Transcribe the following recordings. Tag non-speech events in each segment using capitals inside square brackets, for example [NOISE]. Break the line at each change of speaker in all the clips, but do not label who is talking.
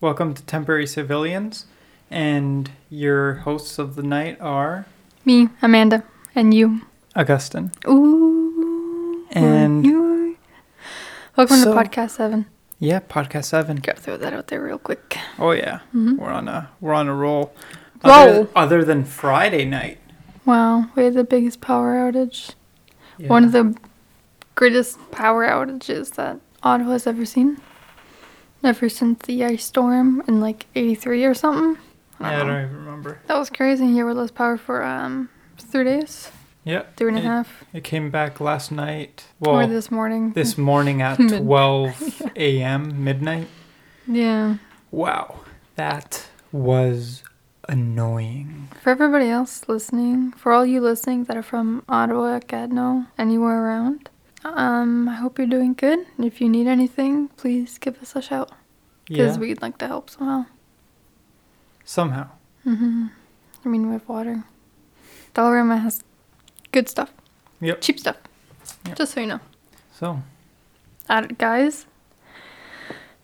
Welcome to Temporary Civilians, and your hosts of the night are
Me, Amanda, and you.
Augustine.
Ooh.
And-
you. Welcome
So-
to podcast seven.
Yeah, podcast seven.
Gotta throw that out there real quick.
Oh yeah,
Mm-hmm.
we're on a we're on a roll.
Roll.
Other, other than Friday night,
Wow, we had the biggest power outage. One of the greatest power outages that Ottawa has ever seen. Ever since the ice storm in like '83 or something.
yeah, I don't even remember.
That was crazy. Yeah, we lost power for um three days,
Yeah,
three and a
it,
half,
It came back last night.
or
Well, this,
this morning.
morning
[LAUGHS]
at
Mid-
twelve a.m. midnight.
yeah.
Wow, that was annoying.
For everybody else listening, for all you listening that are from Ottawa, Gatineau, anywhere around, um, I hope you're doing good. And If you need anything, please give us a shout because
Yeah,
we'd like to help somehow.
somehow.
hmm I mean, we have water. Dollarama has good stuff,
Yep.
cheap stuff.
Yep.
Just so you know,
So
uh, guys.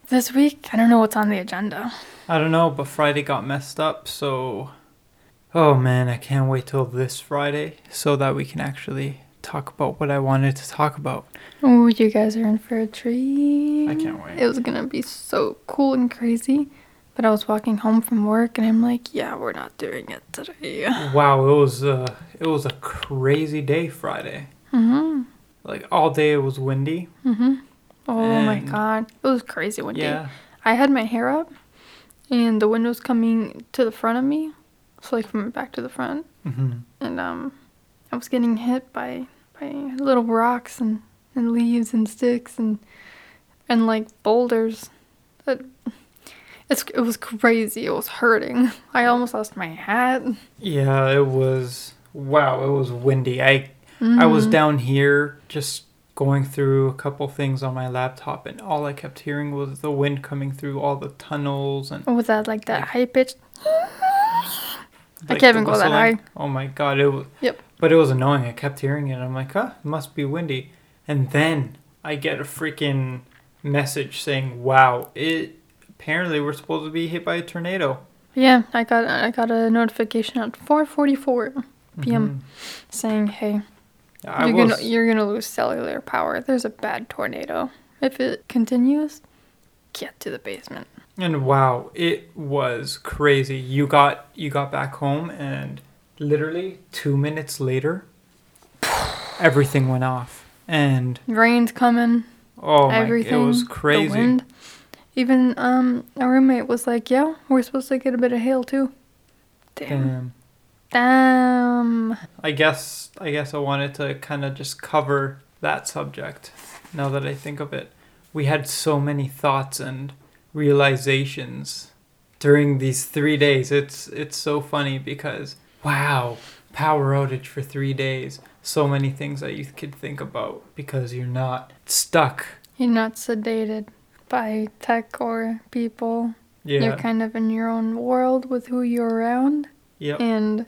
This week, I don't know what's on the agenda.
I don't know, but Friday got messed up, so oh man, I can't wait till this Friday so that we can actually talk about what I wanted to talk about.
Oh, you guys are in for a treat.
I can't wait.
It was gonna be so cool and crazy, but I was walking home from work and I'm like, yeah, we're not doing it today.
[LAUGHS] Wow, it was uh it was a crazy day Friday.
hmm
Like all day it was windy.
hmm Oh my
And-
god, it was crazy one day.
Yeah.
I had my hair up, and the window's coming to the front of me, so like from back to the front,
hmm
and um, I was getting hit by by little rocks and and leaves and sticks and and like boulders. It, it's it was crazy. It was hurting. I almost lost my hat.
Yeah, it was wow, it was windy. I I was down here just going through a couple things on my laptop and all I kept hearing was the wind coming through all the tunnels and
What was that like that
Like-
high pitched? I
like,
can't
the
even go that
whistling.
high.
Oh my god, it was.
Yep.
But it was annoying. I kept hearing it. I'm like, huh, it must be windy. And then I get a freaking message saying, "Wow, it apparently we're supposed to be hit by a tornado."
Yeah, I got I got a notification at 4:44 p.m. saying, "Hey,
Mhm. I
you're
was.
gonna you're gonna lose cellular power. There's a bad tornado. If it continues, get to the basement."
And wow, it was crazy. You got you got back home, and literally two minutes later, everything went off. And
Rain's coming.
oh my,
everything.
it was
the
crazy.
wind. Even um, our roommate was like, "Yeah, we're supposed to get a bit of hail too." Damn.
Damn.
Damn.
I guess I guess I wanted to kind of just cover that subject. Now that I think of it, we had so many thoughts and realizations during these 3 days. It's it's so funny because wow, power outage for 3 days. So many things that you could think about because you're not stuck.
You're not sedated by tech or people.
Yeah.
You're kind of in your own world with who you're around,
yep.
and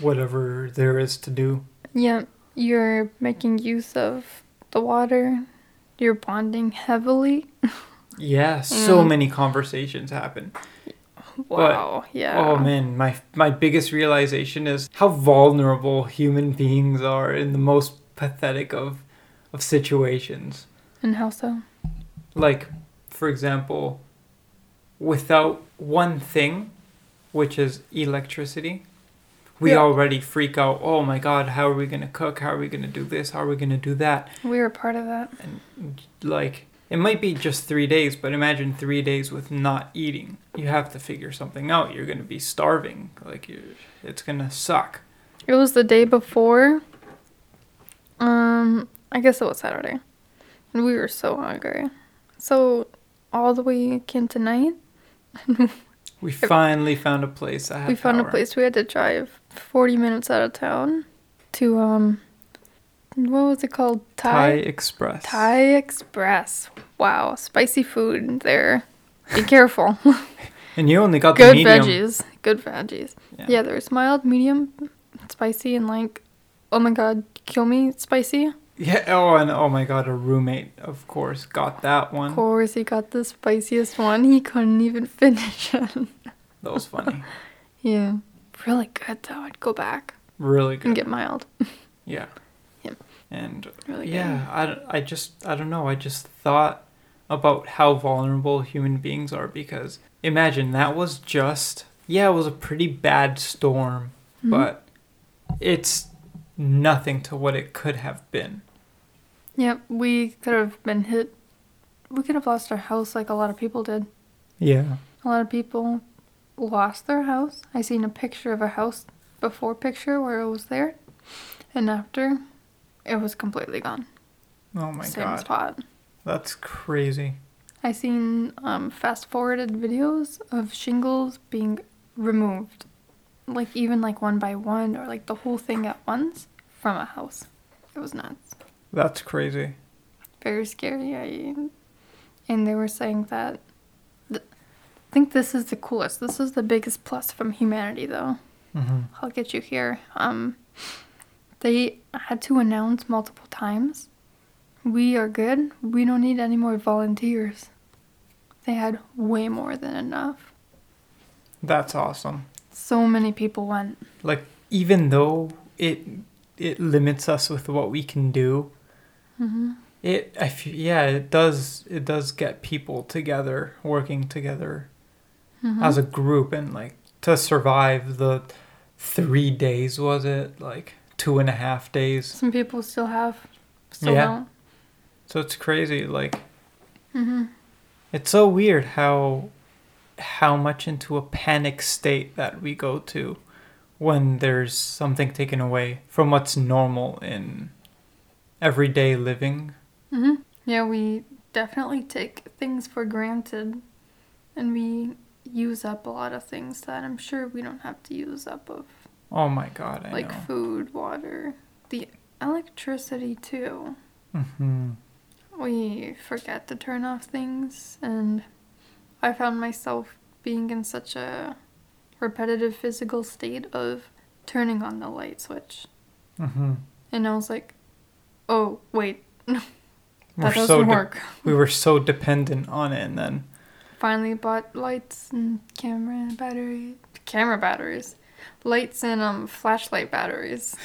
Whatever there is to do.
yeah, you're making use of the water. You're bonding heavily.
Yeah, so
Mm.
many conversations happen.
Wow. yeah.
Oh man, my my biggest realization is how vulnerable human beings are in the most pathetic of of situations.
And how so?
Like, for example, without one thing, which is electricity, we
Yeah.
already freak out. Oh my god, how are we going to cook? How are we going to do this? How are we going to do that?
We were part of that.
And like it might be just 3 days, but imagine 3 days with not eating. You have to figure something out. You're going to be starving. Like you it's going to suck.
It was the day before. Um, I guess it was Saturday. And we were so hungry. So all the way came tonight.
We finally found a place that had
we found a
power.
place we had to drive 40 minutes out of town to um what was it called
Thai
thai
Express.
thai express wow spicy food there
[LAUGHS]
be careful
And you only got
good
the medium.
veggies good veggies
Yeah.
yeah. there was mild medium spicy and like oh my god kill me spicy
Yeah. Oh, and oh my God, a roommate, of course, got that
Of
one.
course, he got the spiciest one. He couldn't even [LAUGHS] finish it.
That was funny.
yeah. Really good, though. I'd go back
Really good.
and get mild.
Yeah.
Yep.
And
Really
yeah, I, d- I just, I don't know. I just thought about how vulnerable human beings are because imagine that was just, yeah, it was a pretty bad storm,
good. Mhm.
but it's nothing to what it could have been.
Yep, we could have been hit. We could have lost our house like a lot of people did.
Yeah.
A lot of people lost their house. I seen a picture of a house before picture where it was there, and after, it was completely gone.
Oh my
Same
God.
spot.
That's crazy.
I seen um, fast forwarded videos of shingles being removed, like even like one by one or like the whole thing at once from a house. It was nuts.
That's crazy.
very scary. I, and they were saying that. Th- I think this is the coolest. This is the biggest plus from humanity, though.
Mm-hmm.
I'll get you here. Um, they had to announce multiple times, "We are good. We don't need any more volunteers." They had way more than enough.
That's awesome.
So many people went.
like even though it it limits us with what we can do
Mm-hmm.
it I f- yeah it does it does get people together working together as a group and like to survive the three days was it like two and a half days
Some people still have. Still
Yeah.
don't.
so it's crazy like
Mm-hmm.
it's so weird how how much into a panic state that we go to when there's something taken away from what's normal in everyday living
hmm Yeah, we definitely take things for granted and we use up a lot of things that I'm sure we don't have to use up of
oh my god i
like
know
food, water, the electricity too.
Mhm.
We forget to turn off things and I found myself being in such a repetitive physical state of turning on the light switch.
Mhm.
And I was like, "Oh, wait,
We're
that doesn't
de-
work."
we were so dependent on it and then
finally bought lights and camera and battery camera batteries lights and um flashlight batteries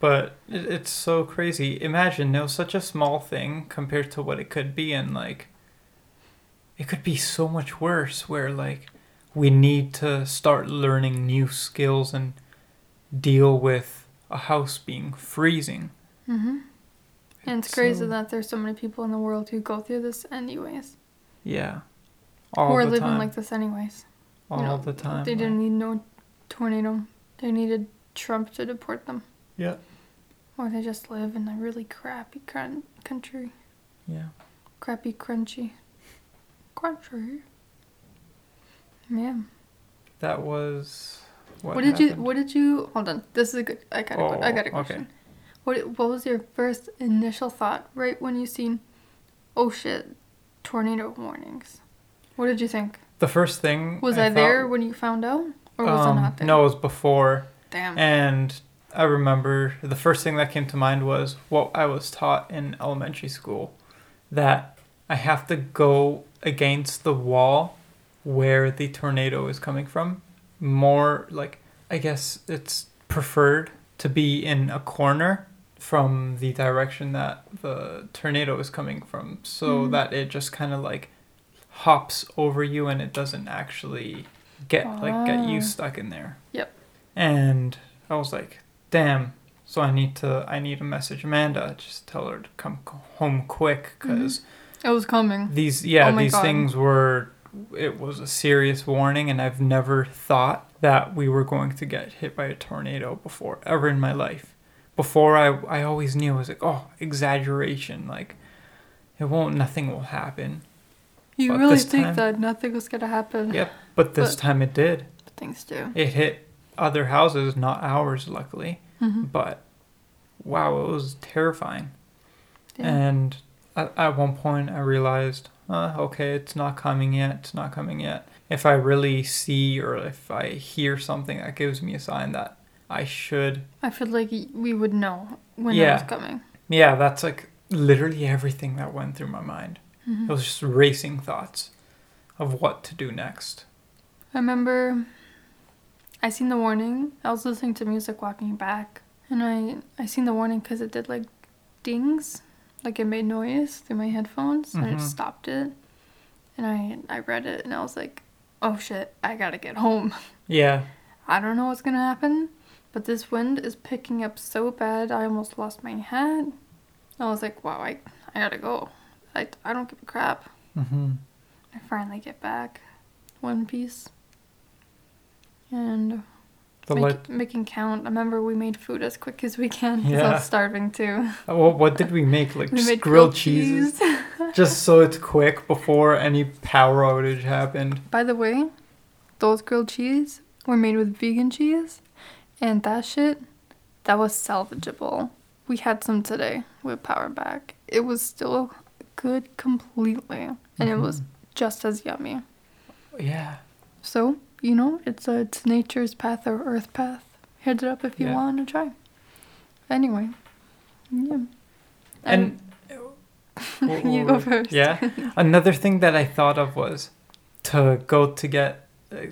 but it, it's so crazy imagine it was such a small thing compared to what it could be and like it could be so much worse where like we need to start learning new skills and deal with a house being freezing
mm-hmm. and it's crazy
So-
that there's so many people in the world who go through this anyways
yeah all
who are
the
living
time
like this anyways you
all
know,
the time
they
like-
didn't need no tornado they needed trump to deport them
yeah
or they just live in a really crappy crun- country
yeah
crappy crunchy country yeah
that was what,
What, did you?
happened.
What did you? Hold on. This is a good. I got. a I got a
Oh, okay.
question. What What was your first initial thought right when you seen, oh shit, tornado warnings? What did you think?
the first thing
Was I, there
thought-
when you found out, or was
um,
I not there?
no it was before
Damn.
And I remember the first thing that came to mind was what I was taught in elementary school that I have to go against the wall where the tornado is coming from. More like, I guess it's preferred to be in a corner from the direction that the tornado is coming from so
Mhm.
that it just kind of like hops over you and it doesn't actually get like get
Ah.
you stuck in there
Yep.
and I was like, damn. So I need to I need to message Amanda. Just tell her to come c- home quick because
It was coming.
these yeah
Mm-hmm. Oh my
these
God.
things were it was a serious warning and I've never thought that we were going to get hit by a tornado before ever in my life. Before I I always knew I was like oh exaggeration like it won't nothing will happen.
You
But
really
this
think
time-
that nothing was gonna happen?
Yep. But this
But-
time it did.
But things do.
It hit other houses, not ours, luckily.
Mm-hmm.
but wow, it was terrifying.
Damn.
And at, at one point, I realized, uh, okay, it's not coming yet. It's not coming yet. If I really see or if I hear something that gives me a sign that I should,
I feel like y- we would know when it
Yeah.
was coming.
Yeah, that's like literally everything that went through my mind.
Mm-hmm.
It was just racing thoughts of what to do next.
I remember I seen the warning. I was listening to music walking back, and I I seen the warning because it did like dings, like it made noise through my headphones, and
Mhm.
it stopped it. And I I read it, and I was like, oh shit, I gotta get home.
Yeah.
I don't know what's gonna happen, but this wind is picking up so bad. I almost lost my hat. I was like, wow, I I gotta go. I I don't give a crap.
Mm-hmm.
I finally get back, one piece. And
The
make,
lit-
making count. I remember we made food as quick as we can because I
Yeah.
was starving too. [LAUGHS]
what, what did we make? Like
We
just
made
grilled, cheeses,
cheese.
just so it's quick before any power outage happened.
By the way, those grilled cheese were made with vegan cheese, and that shit, that was salvageable. We had some today with Power Back. It was still good completely, and it
Mm-hmm.
was just as yummy.
Yeah.
So you know, it's a, it's nature's path or earth path. Hit it up if you
Yeah.
want to try. Anyway, yeah.
And, What-
[LAUGHS] you
what
go
were- [LAUGHS]
first.
Yeah. Another thing that I thought of was to go to get uh,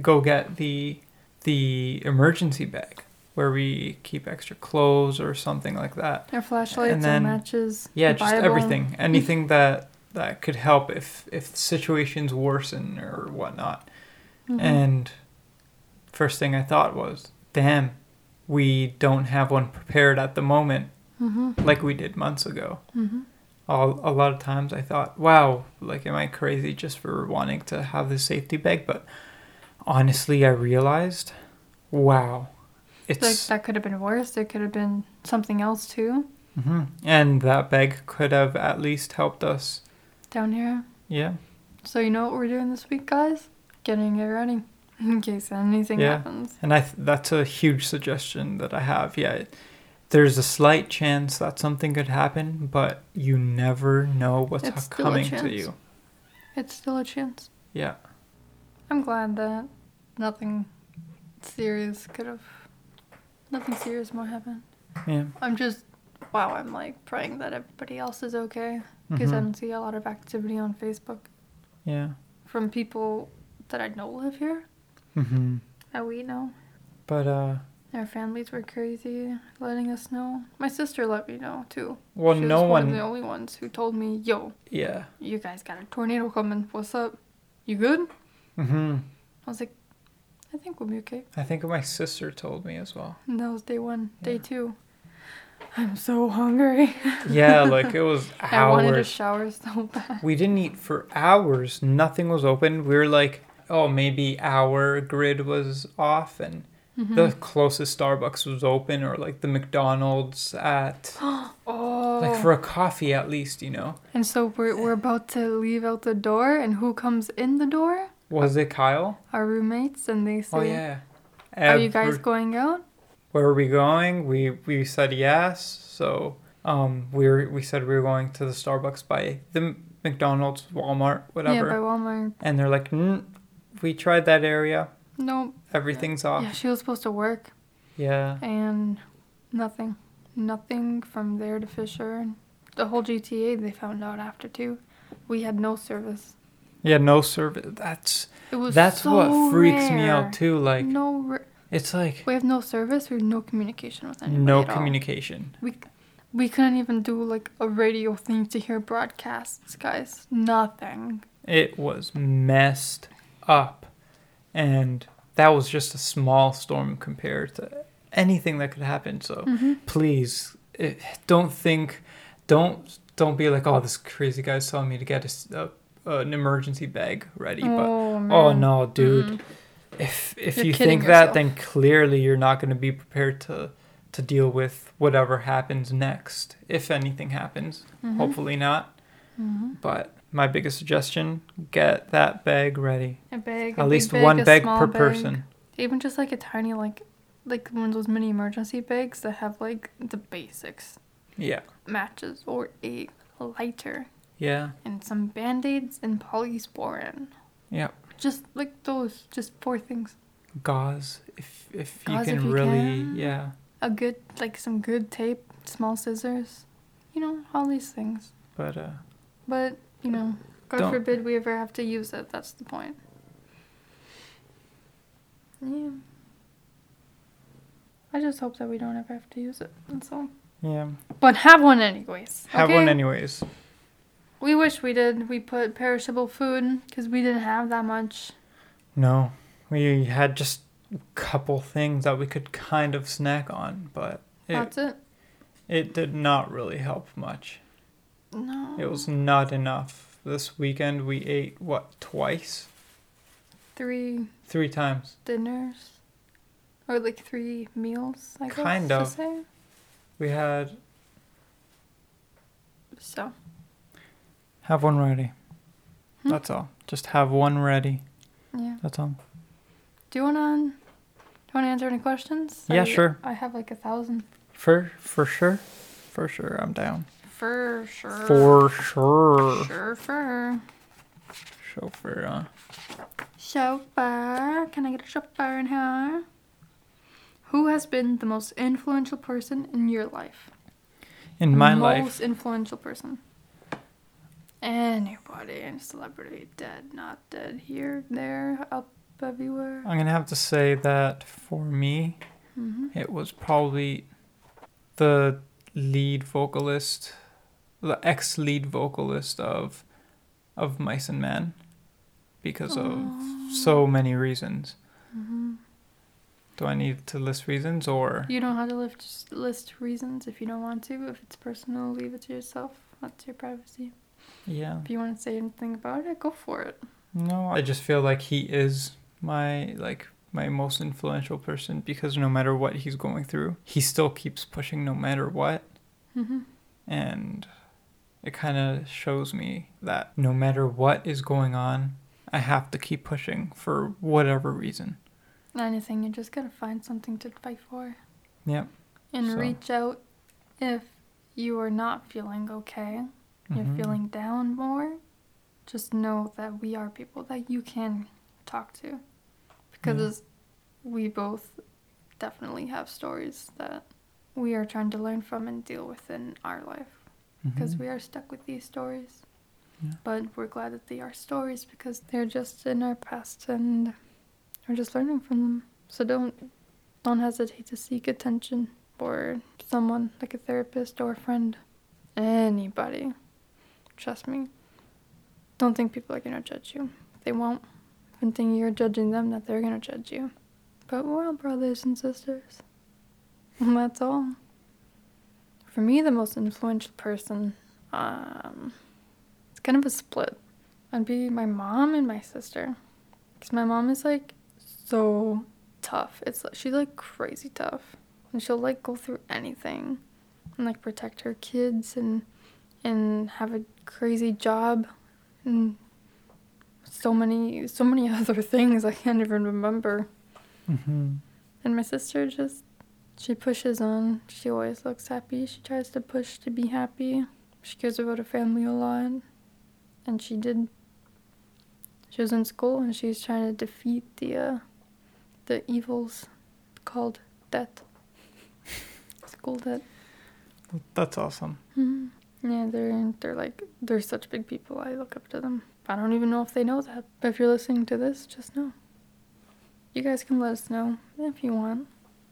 go get the the emergency bag where we keep extra clothes or something like that.
Our flashlights and,
then-
matches.
Yeah, just
Bible.
everything, anything that that could help if if situations worsen or whatnot.
Mhm.
And first thing I thought was, damn, we don't have one prepared at the moment
Mhm.
like we did months ago.
Mhm.
All, a lot of times I thought, wow, like, am I crazy just for wanting to have this safety bag? But honestly, I realized, wow,
like
it's.
that could have been worse. There could have been something else too
Mhm. And that bag could have at least helped us.
down here.
Yeah.
So you know what we're doing this week, guys? Getting it ready [LAUGHS] in case anything
Yeah.
happens.
And I th- that's a huge suggestion that I have. Yeah, it- there's a slight chance that something could happen, but you never know what's
It's still a
coming to
chance.
you.
It's still a chance.
Yeah.
I'm glad that nothing serious could have. Nothing serious more happened.
Yeah.
I'm just wow. I'm like praying that everybody else is okay because I
Mhm.
don't see a lot of activity on Facebook
Yeah.
from people that I know live here.
hmm
That we know.
But uh,
Our families were crazy, letting us know. My sister let me know too.
well,
she was
no
one
one.
of the only ones who told me, "Yo,
Yeah.
you guys got a tornado coming. What's up? You good?"
hmm
I was like, "I think we'll be okay."
I think my sister told me as well.
And that was day one. Day
Yeah.
two, I'm so hungry.
Yeah, like it was
[LAUGHS] I wanted to
hours.
shower so [LAUGHS] bad.
we didn't eat for hours. Nothing was open. We were like, oh, maybe our grid was off, and
Mm-hmm.
the closest Starbucks was open, or like the McDonald's at.
Oh,
like for a coffee at least you know
and so we're we're about to leave out the door, and who comes in the door?
was it kyle
Our roommates, and they say,
oh yeah
"Are Oh, you guys
Every-
going out?"
where are we going we we said yes so um we were, we said we were going to the starbucks by the M- mcdonald's walmart whatever
Yeah, by Walmart.
and they're like mm, we tried that area
Nope.
everything's off
Yeah, she was supposed to work
yeah
and nothing. Nothing from there to Fisher. The whole GTA they found out after too. We had no service.
yeah no service that's
It was
that's
so
what freaks me
rare.
out too like
no ra-
it's like
we have no service, we have no communication with anybody.
no
at all.
communication
We we couldn't even do like a radio thing to hear broadcasts, guys. Nothing.
It was messed up. And that was just a small storm compared to anything that could happen. So
Mm.
please eh, don't think, don't don't be like, oh, this crazy guy's telling me to get a s- a, an emergency bag ready. But
oh, man. Mm-hmm.
oh no, dude,
Mm-mm.
if if
You're
you
kidding
think
yourself.
that, then clearly you're not going to be prepared to to deal with whatever happens next, if anything happens.
Mhm.
Hopefully not.
Mhm.
But my biggest suggestion: get that bag ready.
A bag, a
At
big
least
bag,
one
a
bag
small
per
bag.
person.
Even just like a tiny like like one of those mini emergency bags that have like the basics.
Yeah.
Matches or a lighter
Yeah.
and some band-aids and polysporin.
Yeah.
Just like those, just four things.
Gauze if if
Gauze
you
if
can
you
really
can.
yeah.
A good like some good tape, small scissors, you know, all these things.
But uh,
But, you know, God
Don't-
forbid we ever have to use it. That's the point. Yeah. I just hope that we don't ever have to use it. That's all.
yeah,
But have one anyways.
have
okay?
one anyways.
We wish we did. We put perishable food because we didn't have that much.
No, we had just a couple things that we could kind of snack on, but it
That's it.
it did not really help much.
No.
It was not enough. This weekend we ate what twice,
three
three times.
dinners, or like three meals. I guess,
Kind
to
of.
say.
We had
So
have one ready.
Hmm.
That's all. Just have one ready.
yeah.
That's all.
Do you wanna do you wanna answer any questions?
Yeah,
I-
sure.
I have like a thousand
For for sure, for sure, I'm down.
for sure.
For sure,
Sure, fur.
chauffeur. Uh,
Chauffeur. Can I get a chauffeur in here? Who has been the most influential person in your life?
in my
most
life,
influential person. Anybody, any celebrity, dead, not dead, here, there, up, everywhere.
I'm gonna have to say that for me,
Mm-hmm.
it was probably the lead vocalist, the ex-lead vocalist of of Mice and Men, because of so many reasons.
Mm-hmm.
Do I need to list reasons or?
You don't have to list, list reasons if you don't want to. If it's personal, leave it to yourself. That's your privacy.
Yeah.
If you want to say anything about it, go for it.
No, I just feel like he is my like my most influential person because no matter what he's going through, he still keeps pushing no matter what,
Mm-hmm.
and it kind of shows me that no matter what is going on, I have to keep pushing for whatever reason.
Anything, you just gotta find something to fight for.
Yep.
And
So-
reach out if you are not feeling okay. you're
Mhm.
feeling down more, just know that we are people that you can talk to. Because we both definitely have stories that we are trying to learn from and deal with in our life. Because
Mhm.
we are stuck with these stories.
Yeah.
But we're glad that they are stories because they're just in our past and we're just learning from them. So don't don't hesitate to seek attention or someone like a therapist or a friend. Anybody. Trust me. Don't think people are gonna judge you. They won't. And think you're judging them that they're gonna judge you. But we're all brothers and sisters. [LAUGHS] And that's all. For me, the most influential person, um, it's kind of a split. I'd be my mom and my sister. Because my mom is like so tough. It's she's like crazy tough. And she'll like go through anything and like protect her kids and and have a crazy job and so many so many [LAUGHS] other things I can't even remember.
Mhm.
And my sister just, she pushes on. She always looks happy. She tries to push to be happy. She cares about her family a lot. And she did. She was in school and she's trying to defeat the, uh, the evils called debt. [LAUGHS] school debt.
That's awesome.
Mhm. Yeah, they're they're like they're such big people. I look up to them. I don't even know if they know that. But if you're listening to this, just know. You guys can let us know if you want.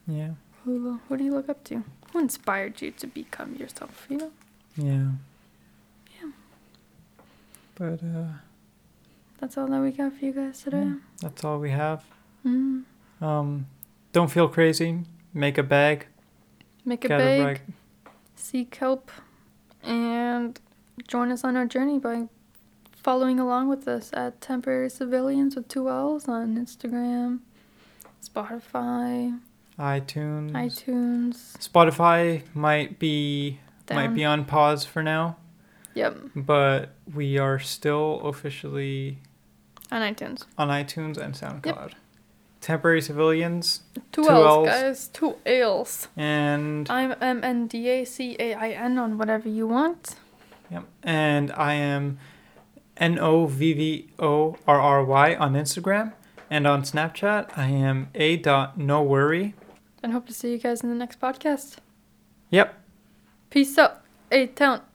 Yeah.
Who, who do you look up to? Who inspired you to become yourself? You know,
Yeah.
Yeah.
But uh
that's all that we got for you guys today.
that's all we have.
Mm.
Um don't feel crazy. Make a bag.
Make a
Get a
bag,
bag.
seek help, and join us on our journey by following along with us at Temporary Civilians with two L's on Instagram, Spotify,
iTunes.
iTunes.
Spotify might be
Down.
might be on pause for now,
Yep,
but we are still officially
on iTunes.
on iTunes and SoundCloud. Temporary civilians
Two,
Two Ls.
L's, guys. Two L's.
and
I'm M N D A C A I N on whatever you want.
yep, and I am N O V V O R R Y on Instagram and on Snapchat I am a dot no worry.
And hope to see you guys in the next podcast.
Yep.
Peace out. eighth town.